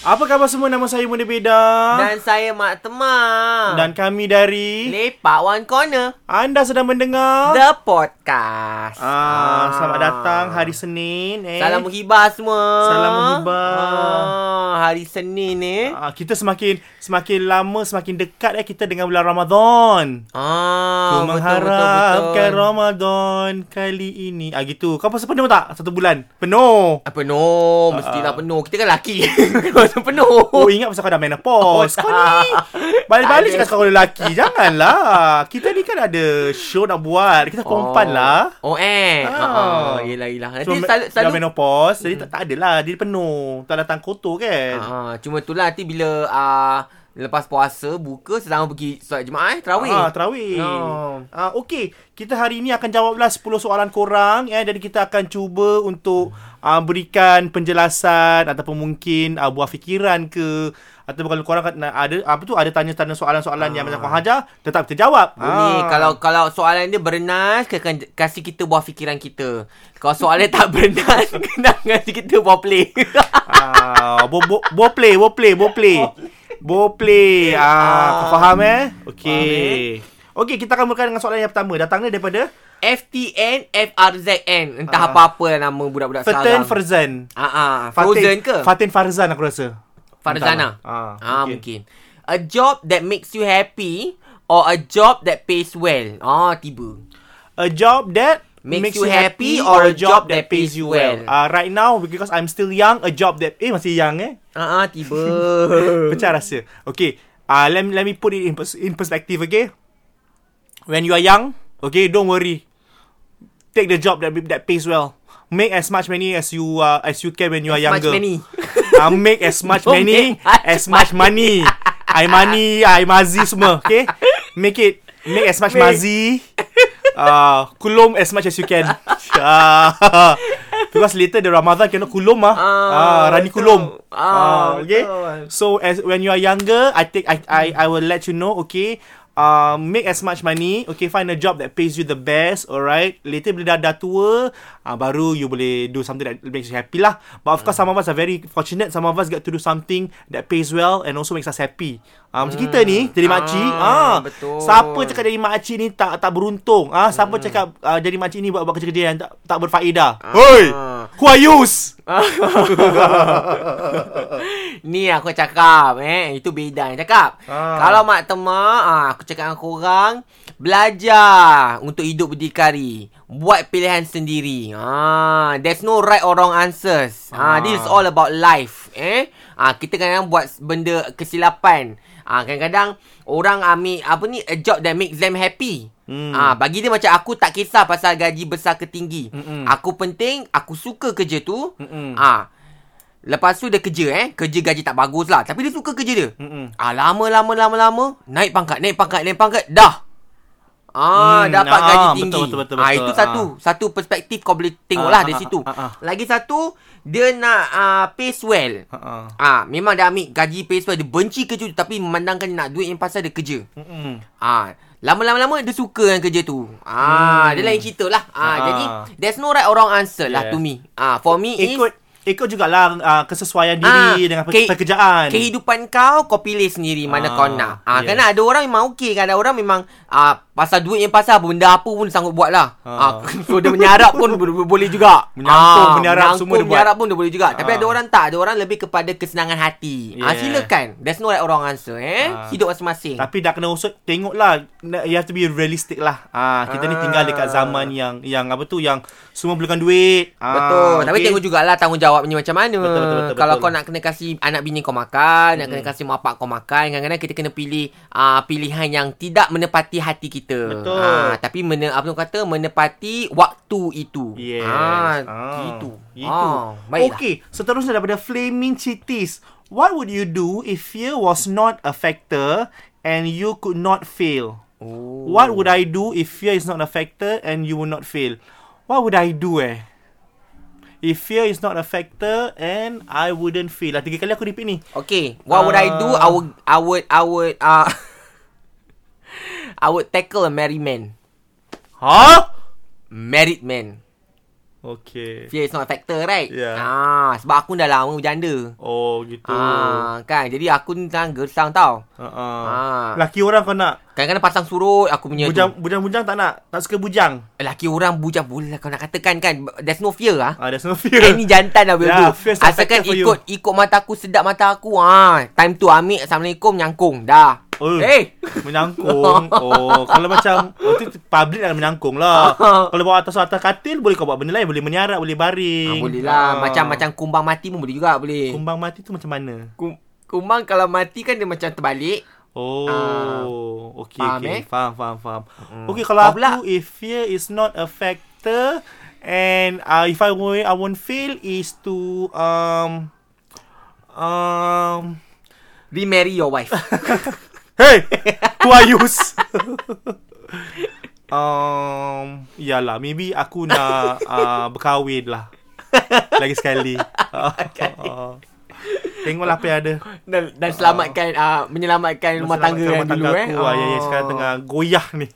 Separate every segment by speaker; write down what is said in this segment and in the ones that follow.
Speaker 1: Apa khabar semua? Nama saya Muna Beda.
Speaker 2: Dan saya Mak Temah.
Speaker 1: Dan kami dari...
Speaker 2: Lepak One Corner.
Speaker 1: Anda sedang mendengar...
Speaker 2: The Podcast.
Speaker 1: Ah, selamat datang hari Senin. Eh.
Speaker 2: Salam menghibah semua.
Speaker 1: Salam menghibah.
Speaker 2: Ah, hari Senin ni. Eh.
Speaker 1: Ah, kita semakin semakin lama semakin dekat eh kita dengan bulan Ramadan.
Speaker 2: Ah,
Speaker 1: Ku mengharapkan Ramadan kali ini. Ah gitu. Kau pasal penuh tak? Satu bulan. Penuh.
Speaker 2: Ah, penuh. Mestilah penuh. Kita kan lelaki. Kalau tu penuh.
Speaker 1: Oh ingat pasal kau dah menopause
Speaker 2: Oh,
Speaker 1: Kau
Speaker 2: tak.
Speaker 1: ni Balik-balik
Speaker 2: Tak ada.
Speaker 1: cakap kau lelaki Janganlah Kita ni kan ada show nak buat Kita perempuan lah
Speaker 2: Oh eh.
Speaker 1: Ah.
Speaker 2: Ah, yelah, yelah. Nanti
Speaker 1: Cuma dah
Speaker 2: selalu... selalu
Speaker 1: menopause Jadi tak, tak adalah Dia penuh Tak datang kotor kan
Speaker 2: ah, cuma tu lah nanti bila... ah, lepas puasa, buka, selama pergi solat jemaah, eh, terawih.
Speaker 1: Ah, terawih.
Speaker 2: Oh.
Speaker 1: Ah, okay. Kita hari ini akan jawablah 10 soalan korang. Eh, dan kita akan cuba untuk ah, berikan penjelasan ataupun mungkin ah, buah fikiran ke. Ataupun kalau korang kat- nak ada apa tu ada tanya-tanya soalan-soalan yang macam korang hajar. Tetap kita jawab. Ah.
Speaker 2: Ni Ah. kalau kalau soalan dia bernas kena kasih kita buah fikiran kita. Kalau soalan tak bernas kena kasih kita buah play.
Speaker 1: Ah, bo, bo, bo play, bo play, bo play. Bo play. Ah, kau faham eh? Okey. Okey, kita akan mulakan dengan soalan yang pertama. Datangnya daripada
Speaker 2: FTN FRZN entah apa-apa lah nama budak-budak
Speaker 1: Fatin
Speaker 2: sekarang.
Speaker 1: Farzan.
Speaker 2: ah ah
Speaker 1: Fatin-
Speaker 2: Frozen ke?
Speaker 1: Fatin Farzan aku rasa. lah.
Speaker 2: Farzana.
Speaker 1: Entahlah.
Speaker 2: Ah mungkin. A job that makes you happy or a job that pays well. Ah tiba.
Speaker 1: A job that
Speaker 2: Makes you happy or a job that pays you well.
Speaker 1: Ah, right now because I'm still young, a job that eh masih young eh.
Speaker 2: Ah ah tiba.
Speaker 1: Pecah rasa. Okay. Uh, let, me- let me put it in, pers- in perspective, okay? When you are young, okay, don't worry. Take the job that that pays well. Make as much money as you uh, as you can when you are
Speaker 2: Much
Speaker 1: younger.
Speaker 2: many.
Speaker 1: Uh, make as much
Speaker 2: Don't
Speaker 1: money
Speaker 2: make much
Speaker 1: as much money. I money, I mazi semua, okay? Make it make as much
Speaker 2: Make.
Speaker 1: mazi. Uh, kulum as much as you can. Uh, because later the Ramadan cannot kulum ah.
Speaker 2: Ah,
Speaker 1: Ah, Rani
Speaker 2: betul.
Speaker 1: kulum.
Speaker 2: Ah,
Speaker 1: Ah, okay.
Speaker 2: betul.
Speaker 1: So as when you are younger, I think I I, I will let you know. Okay, um, make as much money. Okay, find a job that pays you the best. Alright. Later bila dah dah tua, uh, baru you boleh do something that makes you happy lah. But of course, some of us are very fortunate. Some of us get to do something that pays well and also makes us happy. Uh, macam kita ni jadi makcik.
Speaker 2: Ah,
Speaker 1: Ah,
Speaker 2: betul. Hmm.
Speaker 1: Siapa cakap jadi makcik ni tak tak beruntung. Ah, siapa cakap uh, jadi makcik ni buat buat kerja-kerja yang tak tak berfaedah.
Speaker 2: Ah.
Speaker 1: Hoi, who are yous?
Speaker 2: Ni aku cakap eh Itu beda yang cakap
Speaker 1: Ah.
Speaker 2: Kalau mak temak ah, Aku cakap dengan korang Belajar Untuk hidup berdikari Buat pilihan sendiri ah, There's no right or wrong answers
Speaker 1: Ha.
Speaker 2: ah. This is all about life eh ah, Kita kadang buat benda kesilapan ah, Kadang-kadang Orang ambil Apa ni A job that makes them happy Hmm. Ah, bagi dia macam aku tak kisah pasal gaji besar ke tinggi.
Speaker 1: Mm-mm.
Speaker 2: Aku penting aku suka kerja tu.
Speaker 1: Mm-mm.
Speaker 2: Ah, Lepas tu dia kerja eh Kerja gaji tak bagus lah Tapi dia suka kerja dia
Speaker 1: Mm-mm.
Speaker 2: ah, Lama lama lama lama Naik pangkat naik pangkat naik pangkat Dah
Speaker 1: Hmm,
Speaker 2: Ah, hmm, dapat
Speaker 1: ah,
Speaker 2: gaji
Speaker 1: betul,
Speaker 2: tinggi.
Speaker 1: betul, betul,
Speaker 2: ah,
Speaker 1: betul,
Speaker 2: itu
Speaker 1: ah.
Speaker 2: satu, satu perspektif kau boleh tengok
Speaker 1: Ah,
Speaker 2: lah
Speaker 1: ah,
Speaker 2: dari
Speaker 1: ah,
Speaker 2: situ.
Speaker 1: ah, ah.
Speaker 2: Lagi satu, dia nak ah, pays well.
Speaker 1: Uh-uh.
Speaker 2: Ah, memang dia ambil gaji pays well, dia benci kerja tu tapi memandangkan dia nak duit yang pasal dia kerja.
Speaker 1: Mm-mm.
Speaker 2: Ah, lama-lama-lama dia suka dengan kerja tu. Ah, dia lain cerita lah. Ah,
Speaker 1: Ah.
Speaker 2: jadi there's no right or wrong answer lah
Speaker 1: Yeah.
Speaker 2: to me. Ah, for me is
Speaker 1: ikut ikut jugalah uh, kesesuaian
Speaker 2: Ah,
Speaker 1: diri dengan pe-
Speaker 2: ke-
Speaker 1: pekerjaan.
Speaker 2: Kehidupan kau Kau pilih sendiri Mana
Speaker 1: Ah,
Speaker 2: kau nak ah,
Speaker 1: yes.
Speaker 2: Kerana ada orang memang okey kan Ada orang memang ah, Pasal duit yang pasal Benda apa pun sanggup buat lah ah.
Speaker 1: Ah.
Speaker 2: So dia menyarap pun bo- bo- Boleh juga Ah,
Speaker 1: Menyangkung, menyarap,
Speaker 2: menyangkung,
Speaker 1: semua dia buat.
Speaker 2: menyarap pun dia boleh juga Tapi
Speaker 1: Ah.
Speaker 2: ada orang tak Ada orang lebih kepada Kesenangan hati ah,
Speaker 1: Yeah.
Speaker 2: Silakan There's no right orang answer eh?
Speaker 1: Ah.
Speaker 2: Hidup masing-masing
Speaker 1: Tapi dah kena usut tengoklah Na- you have to be realistic lah. Ah kita ni tinggal dekat
Speaker 2: Ah.
Speaker 1: zaman yang yang apa tu yang semua perlukan duit. Ah,
Speaker 2: Betul. Tapi
Speaker 1: okey.
Speaker 2: tengok jugalah tanggungjawabnya macam mana.
Speaker 1: Betul, betul, betul,
Speaker 2: Kalau
Speaker 1: betul.
Speaker 2: kau nak kena kasih anak bini kau makan, nak kena kasih mak pak kau makan, kadang-kadang kita kena pilih uh, pilihan yang tidak menepati hati kita.
Speaker 1: Betul.
Speaker 2: Ah, tapi mene, apa tu kata menepati waktu itu.
Speaker 1: Yes.
Speaker 2: Ah,
Speaker 1: Ah,
Speaker 2: gitu.
Speaker 1: Gitu.
Speaker 2: Ah, baiklah.
Speaker 1: Okey, seterusnya daripada Flaming Cities. What would you do if fear was not a factor and you could not fail?
Speaker 2: Oh.
Speaker 1: What would I do if fear is not a factor and you will not fail? What would I do eh? If fear is not a factor and I wouldn't fail. Lah tiga kali aku repeat ni.
Speaker 2: Okay, what would I do?
Speaker 1: Ah.
Speaker 2: I would, I would, I would, uh, I would tackle a married man,
Speaker 1: Huh?
Speaker 2: married man.
Speaker 1: Okay.
Speaker 2: Fear is not a factor right
Speaker 1: Yeah.
Speaker 2: ah, Sebab aku dah lama berjanda
Speaker 1: Oh gitu. Ah.
Speaker 2: ah, Kan Jadi aku ni tangan gersang tau
Speaker 1: Uh-uh.
Speaker 2: Ah.
Speaker 1: Laki orang kau nak.
Speaker 2: Kadang-kadang pasang surut Aku punya
Speaker 1: Bujang
Speaker 2: tu
Speaker 1: bujang bujang tak nak. Tak suka bujang.
Speaker 2: Lelaki orang bujang Boleh lah kau nak katakan kan There's no fear lah
Speaker 1: Ah there's no fear.
Speaker 2: Any jantan lah will
Speaker 1: Yeah,
Speaker 2: yeah,
Speaker 1: fear's
Speaker 2: do
Speaker 1: a
Speaker 2: Asalkan
Speaker 1: factor for you.
Speaker 2: ikut Ikut mata aku Sedap mata aku ah, Time tu ambil Assalamualaikum Nyangkung Dah Eh.
Speaker 1: Oh.
Speaker 2: Hey
Speaker 1: Menyangkung. Oh, kalau macam oh, tu public lah menyangkung lah. kalau bawa atas atas katil boleh kau buat benda lain, boleh menyarat, boleh
Speaker 2: ah,
Speaker 1: baring.
Speaker 2: Boleh
Speaker 1: Ah.
Speaker 2: lah Macam-macam kumbang mati pun boleh juga Boleh
Speaker 1: kumbang mati tu macam mana?
Speaker 2: Kum- Kumbang kalau mati kan dia macam terbalik
Speaker 1: Oh,
Speaker 2: Ah.
Speaker 1: okay,
Speaker 2: Faham,
Speaker 1: okay.
Speaker 2: eh?
Speaker 1: Faham, faham, faham. Okay, kalau
Speaker 2: Kau
Speaker 1: aku,
Speaker 2: pula?
Speaker 1: if fear is not a factor, and uh, if I won't, I won't fail is to um um.
Speaker 2: Remarry your wife
Speaker 1: Hey, who are you? um, yalah, maybe aku nak uh, berkahwin lah. Lagi sekali. Uh, Tengoklah apa yang ada.
Speaker 2: Dan, dan selamatkan
Speaker 1: Ah.
Speaker 2: uh, Menyelamatkan rumah tangga
Speaker 1: Selamatkan
Speaker 2: yang dulu eh
Speaker 1: aku, ah, Ya, ya, sekarang
Speaker 2: Oh.
Speaker 1: tengah goyah ni.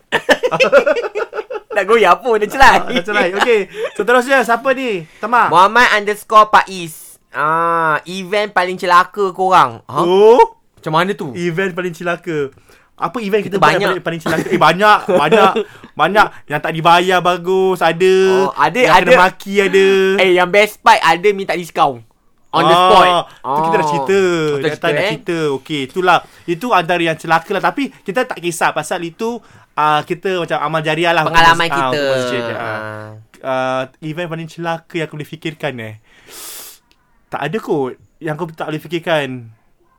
Speaker 2: Nak goyah pun Dia celah
Speaker 1: Ah, Macam lain. Okay, seterusnya siapa ni? Tama.
Speaker 2: Muhammad underscore Pais Ah, event paling celaka korang. Ha?
Speaker 1: Oh,
Speaker 2: Macam mana tu?
Speaker 1: event paling celaka. Apa event kita,
Speaker 2: Kita
Speaker 1: buat
Speaker 2: banyak.
Speaker 1: yang paling, paling celaka? Eh, banyak, banyak, banyak. Yang tak dibayar bagus, ada.
Speaker 2: Oh, ada,
Speaker 1: yang kena
Speaker 2: ada.
Speaker 1: maki ada.
Speaker 2: Eh, yang best part ada minta diskaun. On the spot.
Speaker 1: Ah. Tu kita dah cerita.
Speaker 2: Oh,
Speaker 1: Kita dah
Speaker 2: eh?
Speaker 1: cerita. Okey, itulah. Itu antara yang celaka lah. Tapi kita tak kisah pasal itu uh, kita macam amal jariah lah. untuk
Speaker 2: Pengalaman
Speaker 1: mas- ah,
Speaker 2: kita.
Speaker 1: untuk masjid. Ah.
Speaker 2: Ah.
Speaker 1: Uh, event paling celaka yang aku boleh fikirkan eh. Tak ada kot. Yang aku tak boleh fikirkan.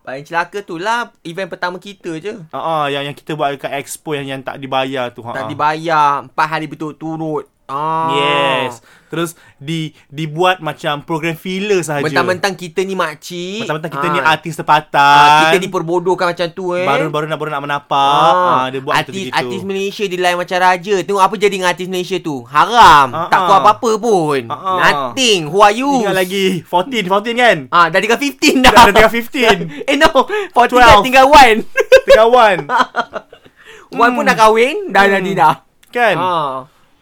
Speaker 2: Paling celaka tu lah event pertama kita je.
Speaker 1: Ah, ah, yang yang kita buat dekat expo yang yang tak dibayar tu. ha.
Speaker 2: Tak dibayar. Empat hari berturut-turut. Ah.
Speaker 1: Yes. Terus di dibuat macam program filler sahaja.
Speaker 2: Mentang-mentang kita ni makcik.
Speaker 1: Mentang-mentang kita ni
Speaker 2: Ah,
Speaker 1: artis tempatan.
Speaker 2: ah, Kita diperbodohkan macam tu eh.
Speaker 1: baru baru nak baru nak menapak. Ah,
Speaker 2: Ah,
Speaker 1: dia buat macam gitu.
Speaker 2: artis, artis Malaysia dilayan macam raja. Tengok apa jadi dengan artis Malaysia tu. Haram.
Speaker 1: Ah,
Speaker 2: tak
Speaker 1: ah.
Speaker 2: keluar apa-apa pun.
Speaker 1: Ah, ah.
Speaker 2: Nothing. Who are you?
Speaker 1: Ingat lagi 14 14 kan?
Speaker 2: Ah, dah tinggal 15 dah.
Speaker 1: Dah dah tinggal 15.
Speaker 2: eh no, 14
Speaker 1: 12.
Speaker 2: dah tinggal 1.
Speaker 1: Tinggal 1.
Speaker 2: 1 pun dah kahwin, dah jadi dah.
Speaker 1: Kan? Ah.
Speaker 2: Ah.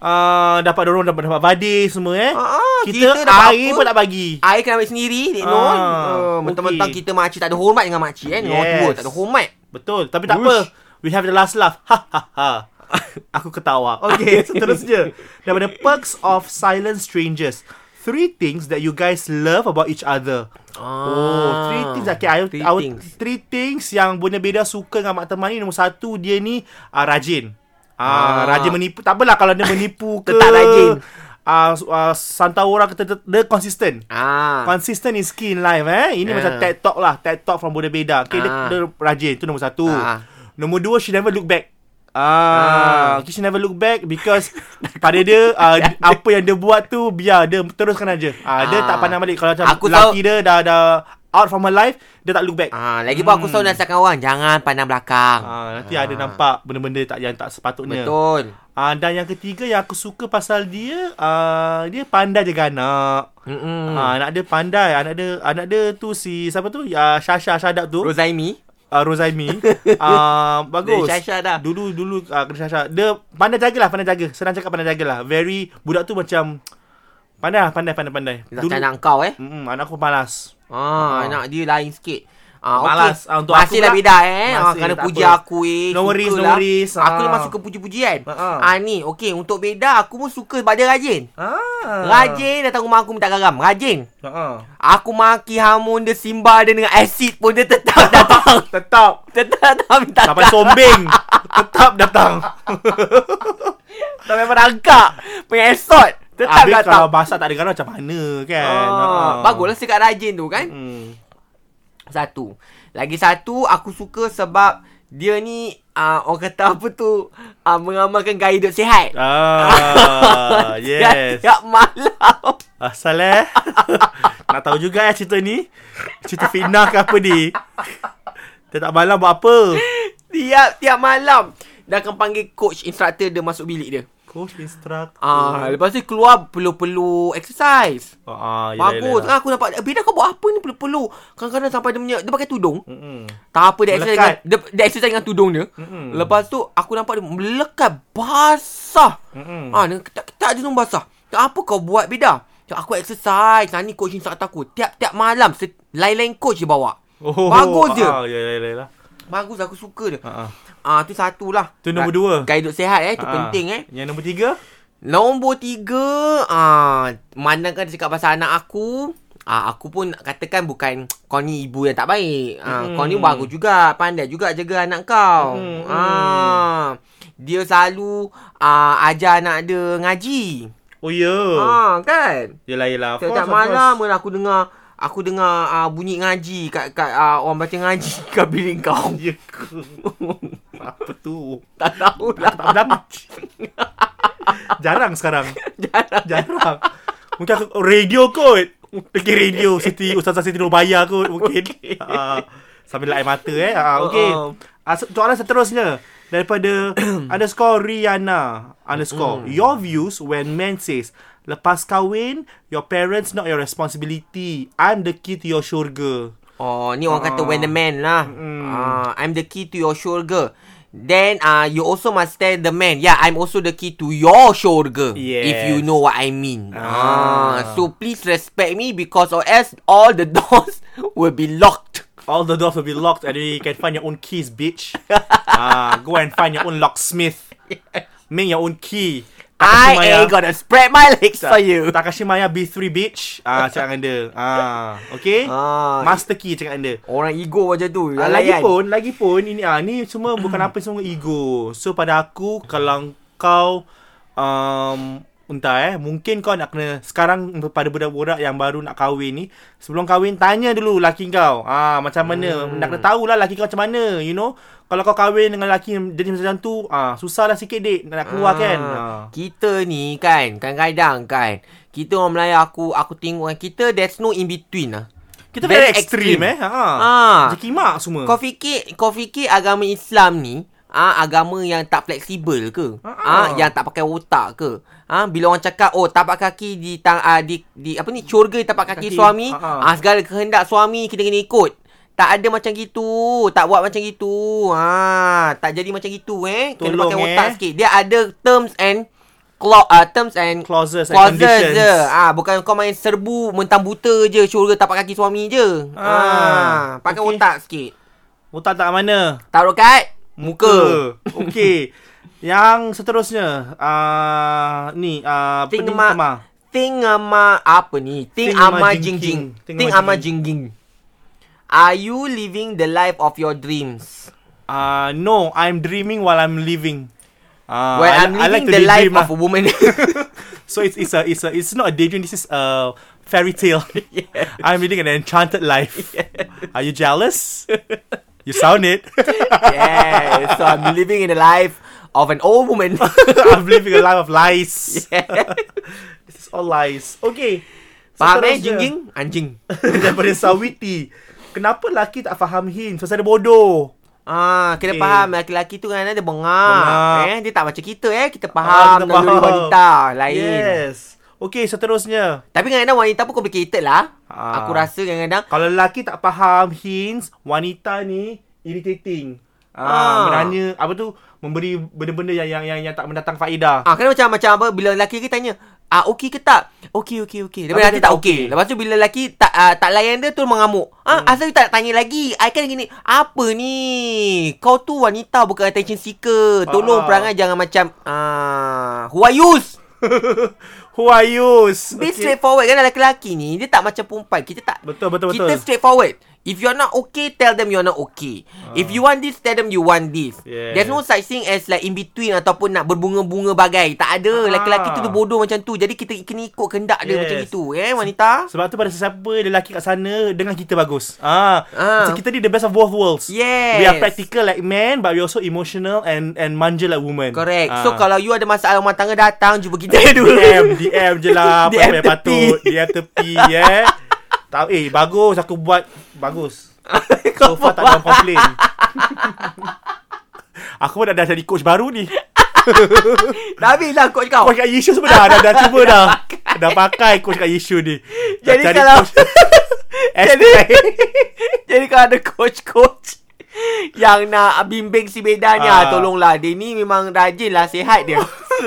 Speaker 1: Uh, dapat dorong dapat dapat badai semua eh.
Speaker 2: Ah, ah,
Speaker 1: kita,
Speaker 2: kita dapat
Speaker 1: air
Speaker 2: apa?
Speaker 1: pun tak bagi.
Speaker 2: Air kena ambil sendiri, Dek
Speaker 1: Ah,
Speaker 2: Nun. Ah, Mentang-mentang
Speaker 1: okey.
Speaker 2: kita makcik tak ada hormat dengan makcik eh. Dengan orang tua
Speaker 1: Yes.
Speaker 2: tak ada hormat.
Speaker 1: Betul. Tapi tak
Speaker 2: Ush.
Speaker 1: apa. We have the last laugh. Ha ha ha. Aku ketawa. Okay, seterusnya. Daripada Perks of Silent Strangers. Three things that you guys love about each other.
Speaker 2: Ah.
Speaker 1: Oh, three things. Okay, I,
Speaker 2: Three
Speaker 1: I, would-
Speaker 2: things.
Speaker 1: three things yang benda-beda suka dengan mak teman ni. Nombor satu, dia ni uh, rajin. Ah,
Speaker 2: Ah.
Speaker 1: rajin menipu. Tak apalah kalau dia menipu ke.
Speaker 2: Tetap rajin.
Speaker 1: Ah, su- ah, santau orang ke tetap- dia consistent.
Speaker 2: Ah.
Speaker 1: Consistent is key in life eh. Ini
Speaker 2: Yeah.
Speaker 1: macam TED Talk lah. TED Talk from benda-beda. Okay,
Speaker 2: Ah.
Speaker 1: dia, dia rajin. Itu nombor satu.
Speaker 2: Ah.
Speaker 1: Nombor dua, she never look back. Ah, okay, she never look back because pada dia uh, apa yang dia buat tu biar dia teruskan aja. Ah, dia
Speaker 2: Ah.
Speaker 1: tak pandang balik kalau macam
Speaker 2: Aku
Speaker 1: laki dia dah dah out from her life, dia tak look back. Ah,
Speaker 2: Ah, lagi pun aku selalu nasihatkan orang jangan pandang belakang.
Speaker 1: nanti ada nampak benda-benda tak yang tak sepatutnya.
Speaker 2: Ah. Betul.
Speaker 1: Ah, dan yang ketiga yang aku suka pasal dia, ah, dia pandai jaga anak.
Speaker 2: Mm-mm.
Speaker 1: Hmm. Ah, anak dia pandai. Anak dia anak dia tu si siapa tu? Ah, Shasha Shadab tu.
Speaker 2: Rozaimi.
Speaker 1: uh, Rozaimi uh, Bagus
Speaker 2: Dari Syasha dah.
Speaker 1: Dulu dulu uh, kena Syasha Dia pandai jaga lah Pandai jaga Senang cakap pandai jaga lah Very Budak tu macam Pandai lah pandai pandai pandai
Speaker 2: Tak macam anak kau eh.
Speaker 1: mm, Anak aku malas
Speaker 2: Ah, anak dia lain sikit. Ah, okey.
Speaker 1: Malas. Ah, untuk aku
Speaker 2: Masih lah
Speaker 1: pula,
Speaker 2: beda eh. ah,
Speaker 1: masih,
Speaker 2: kena
Speaker 1: tak
Speaker 2: puji
Speaker 1: apa.
Speaker 2: aku eh.
Speaker 1: No worries,
Speaker 2: Suka
Speaker 1: no
Speaker 2: lah.
Speaker 1: worries.
Speaker 2: Aku
Speaker 1: Ah.
Speaker 2: memang suka puji-puji kan.
Speaker 1: Ah.
Speaker 2: Ah, ni. Okey, untuk beda aku pun suka sebab dia rajin.
Speaker 1: ah.
Speaker 2: Rajin datang rumah aku minta garam. Rajin.
Speaker 1: uh-uh.
Speaker 2: Aku maki hamun dia simba dia dengan asid pun dia tetap datang.
Speaker 1: Tetap
Speaker 2: tetap datang minta
Speaker 1: Sampai sombeng Tetap datang
Speaker 2: Sampai memang rangkak. Pengesot. Tetap
Speaker 1: Habis
Speaker 2: datang.
Speaker 1: kalau basah tak ada garam macam mana kan
Speaker 2: Ah, baguslah sikap rajin tu kan.
Speaker 1: Hmm.
Speaker 2: Satu. Lagi satu aku suka sebab dia ni uh, orang kata apa tu uh, mengamalkan gaya hidup sihat.
Speaker 1: Ah, yes.
Speaker 2: Tiap malam.
Speaker 1: Asal eh Nak tahu juga eh cerita ni Cerita fitnah ke apa ni Dia tak malam buat apa
Speaker 2: Tiap tiap malam. Dah akan panggil coach instructor dia masuk bilik dia.
Speaker 1: Coach instructor
Speaker 2: Ah, lepas tu keluar perlu-perlu exercise.
Speaker 1: oh, ah, Hmm. yelah,
Speaker 2: Bagus.
Speaker 1: yelah.
Speaker 2: Sekarang aku dapat Beda kau buat apa ni perlu-perlu. Kadang-kadang sampai dia punya dia pakai tudung.
Speaker 1: Mm-mm.
Speaker 2: Tak apa dia exercise dengan,
Speaker 1: Melekat. Hmm.
Speaker 2: dia, dia exercise dengan tudung dia.
Speaker 1: Mm-mm.
Speaker 2: Mm-hmm. Lepas tu aku nampak dia melekat basah.
Speaker 1: Mm-mm.
Speaker 2: Ah, Mm-hmm. Ah, dengan ketat-ketat dia tu basah. Cakap, apa kau buat beda? Cakap, aku exercise. Nah, ni coach instruct aku. Tiap-tiap malam, se- lain-lain coach dia bawa.
Speaker 1: Oh,
Speaker 2: Bagus je.
Speaker 1: Ah, ya, ya, ya, ya.
Speaker 2: Bagus, aku suka dia.
Speaker 1: Ah, ah.
Speaker 2: Ah, tu satu lah.
Speaker 1: Tu nombor dua.
Speaker 2: Gaya hidup sehat eh,
Speaker 1: Ah,
Speaker 2: tu
Speaker 1: ah.
Speaker 2: penting eh.
Speaker 1: Yang nombor tiga?
Speaker 2: Nombor tiga, ah, mana kan dia cakap pasal anak aku. Ah, aku pun nak katakan bukan kau ni ibu yang tak baik. Ah, Kau ni
Speaker 1: Hmm.
Speaker 2: bagus juga, pandai juga jaga anak kau.
Speaker 1: Hmm,
Speaker 2: Ah, dia selalu ah, ajar anak dia ngaji.
Speaker 1: Oh, ya. Yeah.
Speaker 2: Ah, kan?
Speaker 1: Yelah, yelah. Of course,
Speaker 2: Setiap
Speaker 1: of course.
Speaker 2: malam pun aku dengar aku dengar ah, bunyi ngaji kat kat ah, orang baca ngaji kat bilik kau.
Speaker 1: Ya ke? Apa tu?
Speaker 2: tak tahu
Speaker 1: Tak
Speaker 2: lah.
Speaker 1: tak pernah Jarang sekarang Jarang Jarang Mungkin aku oh, Radio kot Mungkin radio Siti Ustazah Siti Nurbaya kot Mungkin Ah, Sambil air mata eh uh, Okay
Speaker 2: Oh, oh.
Speaker 1: uh, Soalan seterusnya Daripada Underscore Rihanna
Speaker 2: Hmm.
Speaker 1: Underscore Your views when men says Lepas kahwin Your parents not your responsibility I'm the key to your syurga
Speaker 2: Oh, ni orang kata when the man lah. Ah, I'm the key to your syurga. Then ah you also must tell the man. Yeah, I'm also the key to your syurga. If you
Speaker 1: Yes.
Speaker 2: know what I mean. Ah.
Speaker 1: Ah.
Speaker 2: so please respect me because or else all the doors will be locked.
Speaker 1: All the doors will be locked and you can find your own keys, bitch. Ah, go and find your own locksmith. Make your own key.
Speaker 2: I ain't gonna spread my legs for you.
Speaker 1: Takashi Maya B3 bitch. Ah, cakap dengan dia. Ah, okay?
Speaker 2: Ah.
Speaker 1: Master key cakap dengan dia.
Speaker 2: Orang ego macam tu.
Speaker 1: Ah,
Speaker 2: kan?
Speaker 1: lagi
Speaker 2: layan.
Speaker 1: pun, lagi pun ini ah ni semua bukan apa semua ego. So pada aku kalau kau um, entah eh mungkin kau nak kena sekarang pada budak-budak yang baru nak kahwin ni sebelum kahwin tanya dulu laki kau. Ah macam mana nak kena tahulah laki kau macam mana you know. Kalau kau kahwin dengan laki yang jenis macam tu ah susahlah sikit dek nak keluar kan. Ah.
Speaker 2: Kita ni kan kadang-kadang kan kita orang Melayu aku aku tengok kan kita there's no in between lah.
Speaker 1: Kita
Speaker 2: Very
Speaker 1: very, extreme,
Speaker 2: extreme.
Speaker 1: eh. Ha.
Speaker 2: Ah.
Speaker 1: Jekimak semua.
Speaker 2: Kau fikir kau fikir agama Islam ni ah agama yang tak fleksibel ke?
Speaker 1: Ah.
Speaker 2: Ah, yang tak pakai otak ke? Ah bila orang cakap oh tapak kaki di tang ah, di, di apa ni syurga di tapak kaki,
Speaker 1: Kaki.
Speaker 2: suami,
Speaker 1: Ah, ah.
Speaker 2: ah segala kehendak suami kita kena ikut. Tak ada macam gitu, tak buat macam gitu. Ha, tak jadi macam gitu eh. Kena
Speaker 1: Tolong,
Speaker 2: pakai
Speaker 1: eh.
Speaker 2: otak sikit. Dia ada terms and clo- uh, terms and
Speaker 1: clauses and
Speaker 2: Closet
Speaker 1: conditions.
Speaker 2: je. Ah, bukan kau main serbu mentang buta je syurga tapak kaki suami je. Ah,
Speaker 1: Ah,
Speaker 2: pakai
Speaker 1: okey.
Speaker 2: otak sikit.
Speaker 1: Otak tak mana?
Speaker 2: Taruh kat muka.
Speaker 1: Muka. Okey. Yang seterusnya ah ni ah
Speaker 2: Think
Speaker 1: pening
Speaker 2: ma-
Speaker 1: tema.
Speaker 2: Think ama apa ni?
Speaker 1: Think
Speaker 2: Think, ama
Speaker 1: ama
Speaker 2: jing jing.
Speaker 1: jing-jing. Think
Speaker 2: Think
Speaker 1: ama
Speaker 2: ama jing jing. Are you living the life of your dreams?
Speaker 1: Ah no, I'm dreaming while I'm living. Ah
Speaker 2: Well, I'm living the life
Speaker 1: daydream
Speaker 2: of a woman.
Speaker 1: ah. So it's it's a it's a it's not a daydream. This is a fairy tale. I'm living an enchanted life. Are you jealous? you sound it.
Speaker 2: yeah, so I'm living in the life of an old woman.
Speaker 1: I'm living a life of lies. This is all lies. Okay.
Speaker 2: Faham
Speaker 1: Seterusnya.
Speaker 2: eh? Jing jing, anjing.
Speaker 1: Daripada Sawiti. Kenapa laki tak faham hin? Sebab dia bodoh.
Speaker 2: Ah, kena
Speaker 1: Okay.
Speaker 2: faham lelaki-lelaki tu kan dia bengak.
Speaker 1: Bengak. Ah,
Speaker 2: Eh, dia tak macam kita eh. Kita faham
Speaker 1: kita
Speaker 2: naluri
Speaker 1: faham.
Speaker 2: wanita lain.
Speaker 1: Yes. Okay, seterusnya.
Speaker 2: Tapi kadang-kadang wanita pun complicated lah.
Speaker 1: Ah.
Speaker 2: Aku rasa kadang-kadang
Speaker 1: Kalau lelaki tak faham hints, wanita ni irritating. Ah,
Speaker 2: Ah.
Speaker 1: menanya apa tu memberi benda-benda yang yang yang, yang tak mendatang faedah.
Speaker 2: Ah, kadang macam macam apa bila lelaki kita tanya, ah okey ke tak? Okey okey okey. Lepas
Speaker 1: Tapi
Speaker 2: nanti
Speaker 1: dia
Speaker 2: tak
Speaker 1: tak
Speaker 2: okey.
Speaker 1: okey.
Speaker 2: Lepas tu bila lelaki tak ah, tak layan dia tu mengamuk.
Speaker 1: Hmm.
Speaker 2: Ah, asal you tak tanya lagi? I kan gini, apa ni? Kau tu wanita bukan attention seeker.
Speaker 1: Ah.
Speaker 2: Tolong perangai jangan macam ah who are you?
Speaker 1: Who are you?
Speaker 2: Be straightforward kan lelaki-lelaki ni Dia tak macam perempuan Kita tak
Speaker 1: Betul, betul,
Speaker 2: Kita
Speaker 1: betul.
Speaker 2: straightforward If you're not okay Tell them you're not okay
Speaker 1: Ah.
Speaker 2: If you want this Tell them you want this
Speaker 1: Yes.
Speaker 2: There's no such thing as Like in between Ataupun nak berbunga-bunga bagai Tak ada
Speaker 1: Ah.
Speaker 2: Lelaki-lelaki tu dia bodoh macam tu Jadi kita kena ikut Kendak dia
Speaker 1: Yes.
Speaker 2: macam itu Eh wanita
Speaker 1: Sebab tu pada sesiapa lelaki kat sana dengan kita bagus. Ah,
Speaker 2: Ah.
Speaker 1: macam kita ni the best of both worlds.
Speaker 2: Yes.
Speaker 1: We are practical like men but we also emotional and and manja like women.
Speaker 2: Correct
Speaker 1: Ah.
Speaker 2: So kalau you ada masalah rumah tangga Datang jumpa kita dulu
Speaker 1: DM DM je lah Apa
Speaker 2: DM
Speaker 1: yang patut
Speaker 2: tepi.
Speaker 1: DM tepi eh tak, Eh bagus aku buat Bagus So far tak ada orang complain Aku pun dah, dah jadi coach baru ni
Speaker 2: Tapi lah coach kau
Speaker 1: Coach kat Yishu semua dah Dah, dah cuba dah Dah pakai coach kat Yishu ni Dah
Speaker 2: Jadi
Speaker 1: cari
Speaker 2: kalau-
Speaker 1: coach. Hashtag
Speaker 2: Jadi kalau ada coach-coach yang nak bimbing si Beda ni,
Speaker 1: Ah.
Speaker 2: ah. tolonglah. Dia ni memang rajin lah, sihat dia.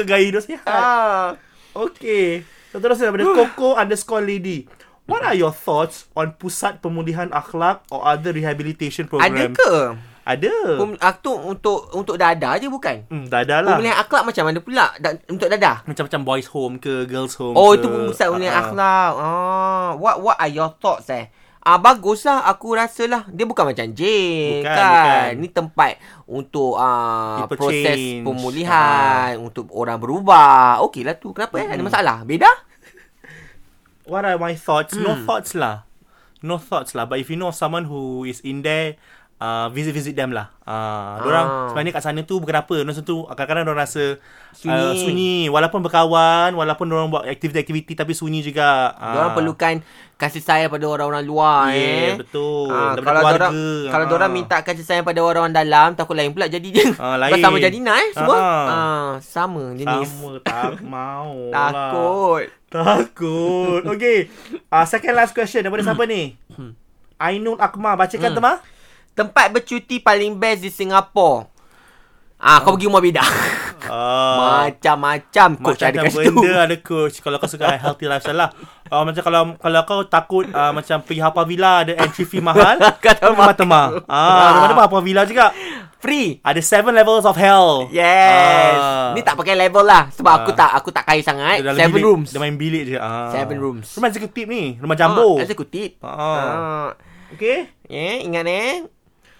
Speaker 1: Gaya hidup sihat
Speaker 2: ah.
Speaker 1: Okay Seterusnya daripada Coco underscore lady. What are your thoughts on Pusat Pemulihan Akhlak or other rehabilitation
Speaker 2: Ah. Ada
Speaker 1: program?
Speaker 2: ke?
Speaker 1: Ada.
Speaker 2: Pem, ah, tu untuk untuk dada je bukan?
Speaker 1: Hmm, dah ada lah.
Speaker 2: Pemulihan akhlak macam mana pula da, untuk dada?
Speaker 1: Macam-macam boys home ke, girls home
Speaker 2: Oh,
Speaker 1: ke.
Speaker 2: itu pusat pemulihan
Speaker 1: Ah, ah.
Speaker 2: akhlak. Ah, what what are your thoughts eh? Ah bagus lah aku rasa lah dia bukan macam jail
Speaker 1: Bukan,
Speaker 2: bukan, kan.
Speaker 1: bukan.
Speaker 2: Ni tempat untuk ah
Speaker 1: People
Speaker 2: proses
Speaker 1: change. Ah.
Speaker 2: pemulihan untuk orang berubah. Okey lah tu. Kenapa eh? Ada
Speaker 1: Hmm.
Speaker 2: masalah? Beda?
Speaker 1: What are my thoughts? No thoughts lah. No thoughts lah. But if you know someone who is in there, uh, visit visit them lah. Uh, ah. Orang sebenarnya kat sana tu kenapa? Orang tu kadang-kadang orang rasa sunyi. Uh,
Speaker 2: Sunyi.
Speaker 1: sunyi. Walaupun berkawan, walaupun orang buat aktiviti-aktiviti tapi sunyi juga. Ah.
Speaker 2: Uh. Diorang perlukan kasih sayang pada orang-orang luar
Speaker 1: Yeah,
Speaker 2: eh.
Speaker 1: Ya, betul.
Speaker 2: Ah,
Speaker 1: Daripada
Speaker 2: kalau
Speaker 1: Oh, keluarga,
Speaker 2: orang kalau
Speaker 1: ah.
Speaker 2: orang minta kasih sayang pada orang dalam takut lain pula jadi dia.
Speaker 1: Ah, lain.
Speaker 2: Bersama jadi nah eh semua.
Speaker 1: Ah.
Speaker 2: Ah, sama jenis.
Speaker 1: sama lah. tak mau lah.
Speaker 2: Takut.
Speaker 1: Takut. Okay. Uh, second last question daripada siapa ni? Ainul Akmal bacakan hmm. tema.
Speaker 2: Tempat bercuti paling best di Singapura. Ah, kau pergi rumah beda.
Speaker 1: Uh,
Speaker 2: Macam-macam Ah, coach
Speaker 1: macam
Speaker 2: ada kat situ.
Speaker 1: benda ada coach kalau kau suka healthy lifestyle lah. Uh, macam kalau kalau kau takut uh, macam pergi Haw Villa ada entry fee mahal,
Speaker 2: Kau tak
Speaker 1: kau pergi
Speaker 2: makan.
Speaker 1: Matema. Ah, ada Matema Haw Villa juga.
Speaker 2: Free.
Speaker 1: Ada seven levels of hell.
Speaker 2: Yes.
Speaker 1: Ah.
Speaker 2: Ni tak pakai level lah sebab aku
Speaker 1: Ah.
Speaker 2: tak aku tak kaya sangat.
Speaker 1: Dia dalam
Speaker 2: Seven
Speaker 1: bilik,
Speaker 2: rooms.
Speaker 1: Dia main bilik je. Ah.
Speaker 2: Seven rooms.
Speaker 1: Rumah eksekutif ni, rumah jumbo.
Speaker 2: Ah, eksekutif.
Speaker 1: Ah.
Speaker 2: Ah.
Speaker 1: Okay.
Speaker 2: Eh, ingat eh.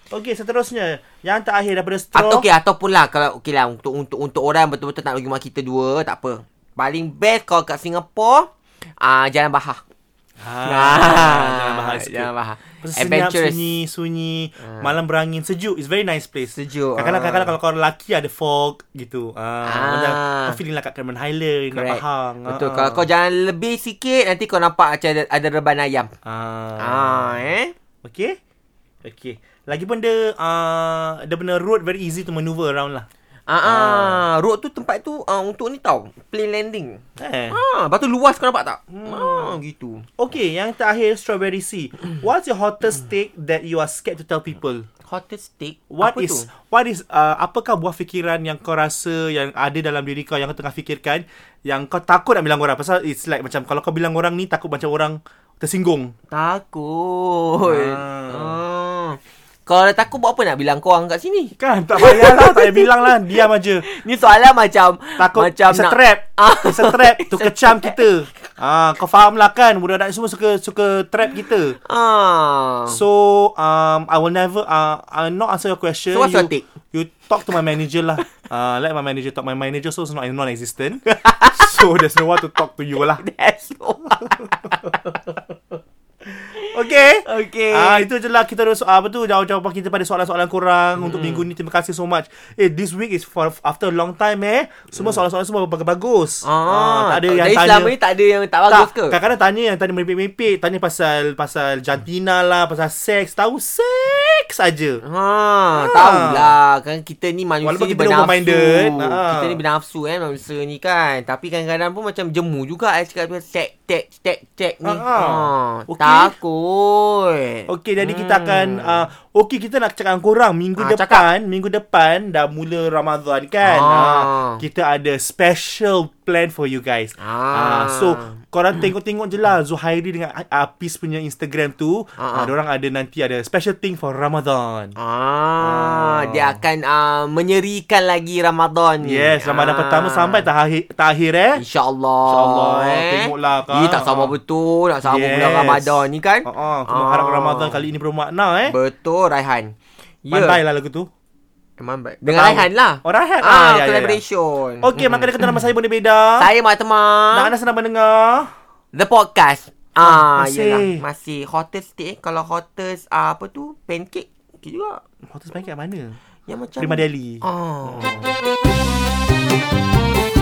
Speaker 1: Okay, seterusnya. Yang terakhir daripada straw.
Speaker 2: Atau okey ataupun lah kalau okey lah untuk untuk untuk orang yang betul-betul nak pergi rumah kita dua, tak apa. Paling best kalau kat Singapura, ah Jalan Bahar.
Speaker 1: Ha,
Speaker 2: Jalan
Speaker 1: Jalan Bahar Institute.
Speaker 2: Jalan Bahar.
Speaker 1: Pasal senyap,
Speaker 2: Adventurous.
Speaker 1: sunyi, sunyi, malam berangin, sejuk. It's very nice place.
Speaker 2: Ah. Sejuk,
Speaker 1: Kadang-kadang,
Speaker 2: ah.
Speaker 1: kadang-kadang kalau kau lelaki ada fog gitu. Ah,
Speaker 2: Ah.
Speaker 1: Macam kau feeling lah kat Cameron Highland, kat
Speaker 2: Correct.
Speaker 1: Pahang.
Speaker 2: Betul.
Speaker 1: Ah.
Speaker 2: Kalau kau jalan lebih sikit nanti kau nampak macam ada, ada reban ayam.
Speaker 1: Ah.
Speaker 2: Ah, eh.
Speaker 1: Okay. Okay. Lagipun dia, ah, dia punya road very easy to maneuver around lah.
Speaker 2: Ah, ah. road tu tempat tu ah, untuk ni tau, plane landing.
Speaker 1: Eh.
Speaker 2: Ah, lepas tu luas kau nampak tak? Hmm. Ah, gitu.
Speaker 1: Okay, yang terakhir Strawberry C. What's your hottest take that you are scared to tell people?
Speaker 2: Hottest steak.
Speaker 1: What
Speaker 2: apa
Speaker 1: is
Speaker 2: tu?
Speaker 1: what is uh, apakah buah fikiran yang kau rasa yang ada dalam diri kau yang kau tengah fikirkan yang kau takut nak bilang orang pasal it's like macam kalau kau bilang orang ni takut macam orang tersinggung.
Speaker 2: Takut.
Speaker 1: Ah.
Speaker 2: Ah. Kalau dah takut buat apa nak bilang kau orang kat sini?
Speaker 1: Kan tak payahlah tak payah bilang lah diam aja.
Speaker 2: Ni soalan macam
Speaker 1: Takut
Speaker 2: macam
Speaker 1: it's a trap.
Speaker 2: Ah.
Speaker 1: It's a trap to
Speaker 2: It's a
Speaker 1: kecam kita. Ah kau faham lah kan budak-budak semua suka suka trap kita.
Speaker 2: Ah.
Speaker 1: Oh. So um I will never uh I'll not answer your question.
Speaker 2: So, what's
Speaker 1: you,
Speaker 2: your take?
Speaker 1: You talk to my manager lah. Uh, let my manager talk. My manager so is not non-existent. so there's no one to talk to you lah.
Speaker 2: That's all.
Speaker 1: Okay.
Speaker 2: Okay.
Speaker 1: Ah itu je lah kita ada so- ah, apa tu jawapan kita pada soalan-soalan korang untuk
Speaker 2: Hmm.
Speaker 1: minggu ni. Terima kasih so much. Eh this week is for after a long time eh. Semua
Speaker 2: Hmm.
Speaker 1: soalan-soalan semua
Speaker 2: Ah.
Speaker 1: bagus-bagus. Ah, tak ada yang
Speaker 2: Jadi
Speaker 1: tanya.
Speaker 2: selama ni tak ada yang tak bagus
Speaker 1: tak,
Speaker 2: ke?
Speaker 1: kadang-kadang tanya yang tanya merepek-merepek, tanya pasal pasal jantina lah, pasal seks, tahu seks aja.
Speaker 2: Ha, tahulah kan kita ni manusia
Speaker 1: Ah. Walaupun
Speaker 2: ni
Speaker 1: kita open-minded,
Speaker 2: bernafsu.
Speaker 1: ha.
Speaker 2: Kita ni bernafsu eh manusia ni kan. Tapi kadang-kadang pun macam jemu juga eh cakap pasal tek tek tek tek ni.
Speaker 1: Ha,
Speaker 2: Ha.
Speaker 1: ha. Okey.
Speaker 2: Takut.
Speaker 1: Okey, jadi kita akan uh, okey kita nak cakap dengan korang minggu
Speaker 2: Hmm. Ah,
Speaker 1: depan, minggu depan dah mula Ramadan kan. Ah.
Speaker 2: Ah.
Speaker 1: kita ada special plan for you guys. Ah.
Speaker 2: Ah.
Speaker 1: so korang tengok-tengok je lah Zuhairi dengan Apis punya Instagram tu. Ah,
Speaker 2: Ah, ah.
Speaker 1: orang ada nanti ada special thing for Ramadan.
Speaker 2: Ah,
Speaker 1: Ha.
Speaker 2: dia akan uh, menyerikan lagi Ramadan ni.
Speaker 1: Yes, Ramadan
Speaker 2: Ah.
Speaker 1: pertama sampai tahir tahir eh.
Speaker 2: InsyaAllah
Speaker 1: InsyaAllah, tengoklah, Kak.
Speaker 2: Eh tak sabar
Speaker 1: Ha.
Speaker 2: betul Nak sabar
Speaker 1: Yes.
Speaker 2: bulan Ramadan ni kan
Speaker 1: Ha ah, kita harap Ramadan kali ini bermakna eh.
Speaker 2: Betul Raihan Ya.
Speaker 1: Pandai lah lagu tu.
Speaker 2: Memang baik. Dengan Raihan lah
Speaker 1: Oh, Raihan. Ah,
Speaker 2: ah,
Speaker 1: ya, ya, ya.
Speaker 2: Collaboration Hmm.
Speaker 1: Okey, maka dia kata nama saya boleh beda.
Speaker 2: Saya Mak Teman
Speaker 1: Dan anda senang mendengar.
Speaker 2: The Podcast Ah,
Speaker 1: Oh, masih.
Speaker 2: yelah Masih Hottest steak Kalau hottest ah, Apa tu Pancake Okay juga Ah.
Speaker 1: Hotel sebaik kat mana?
Speaker 2: Yang macam
Speaker 1: Prima Deli.
Speaker 2: Oh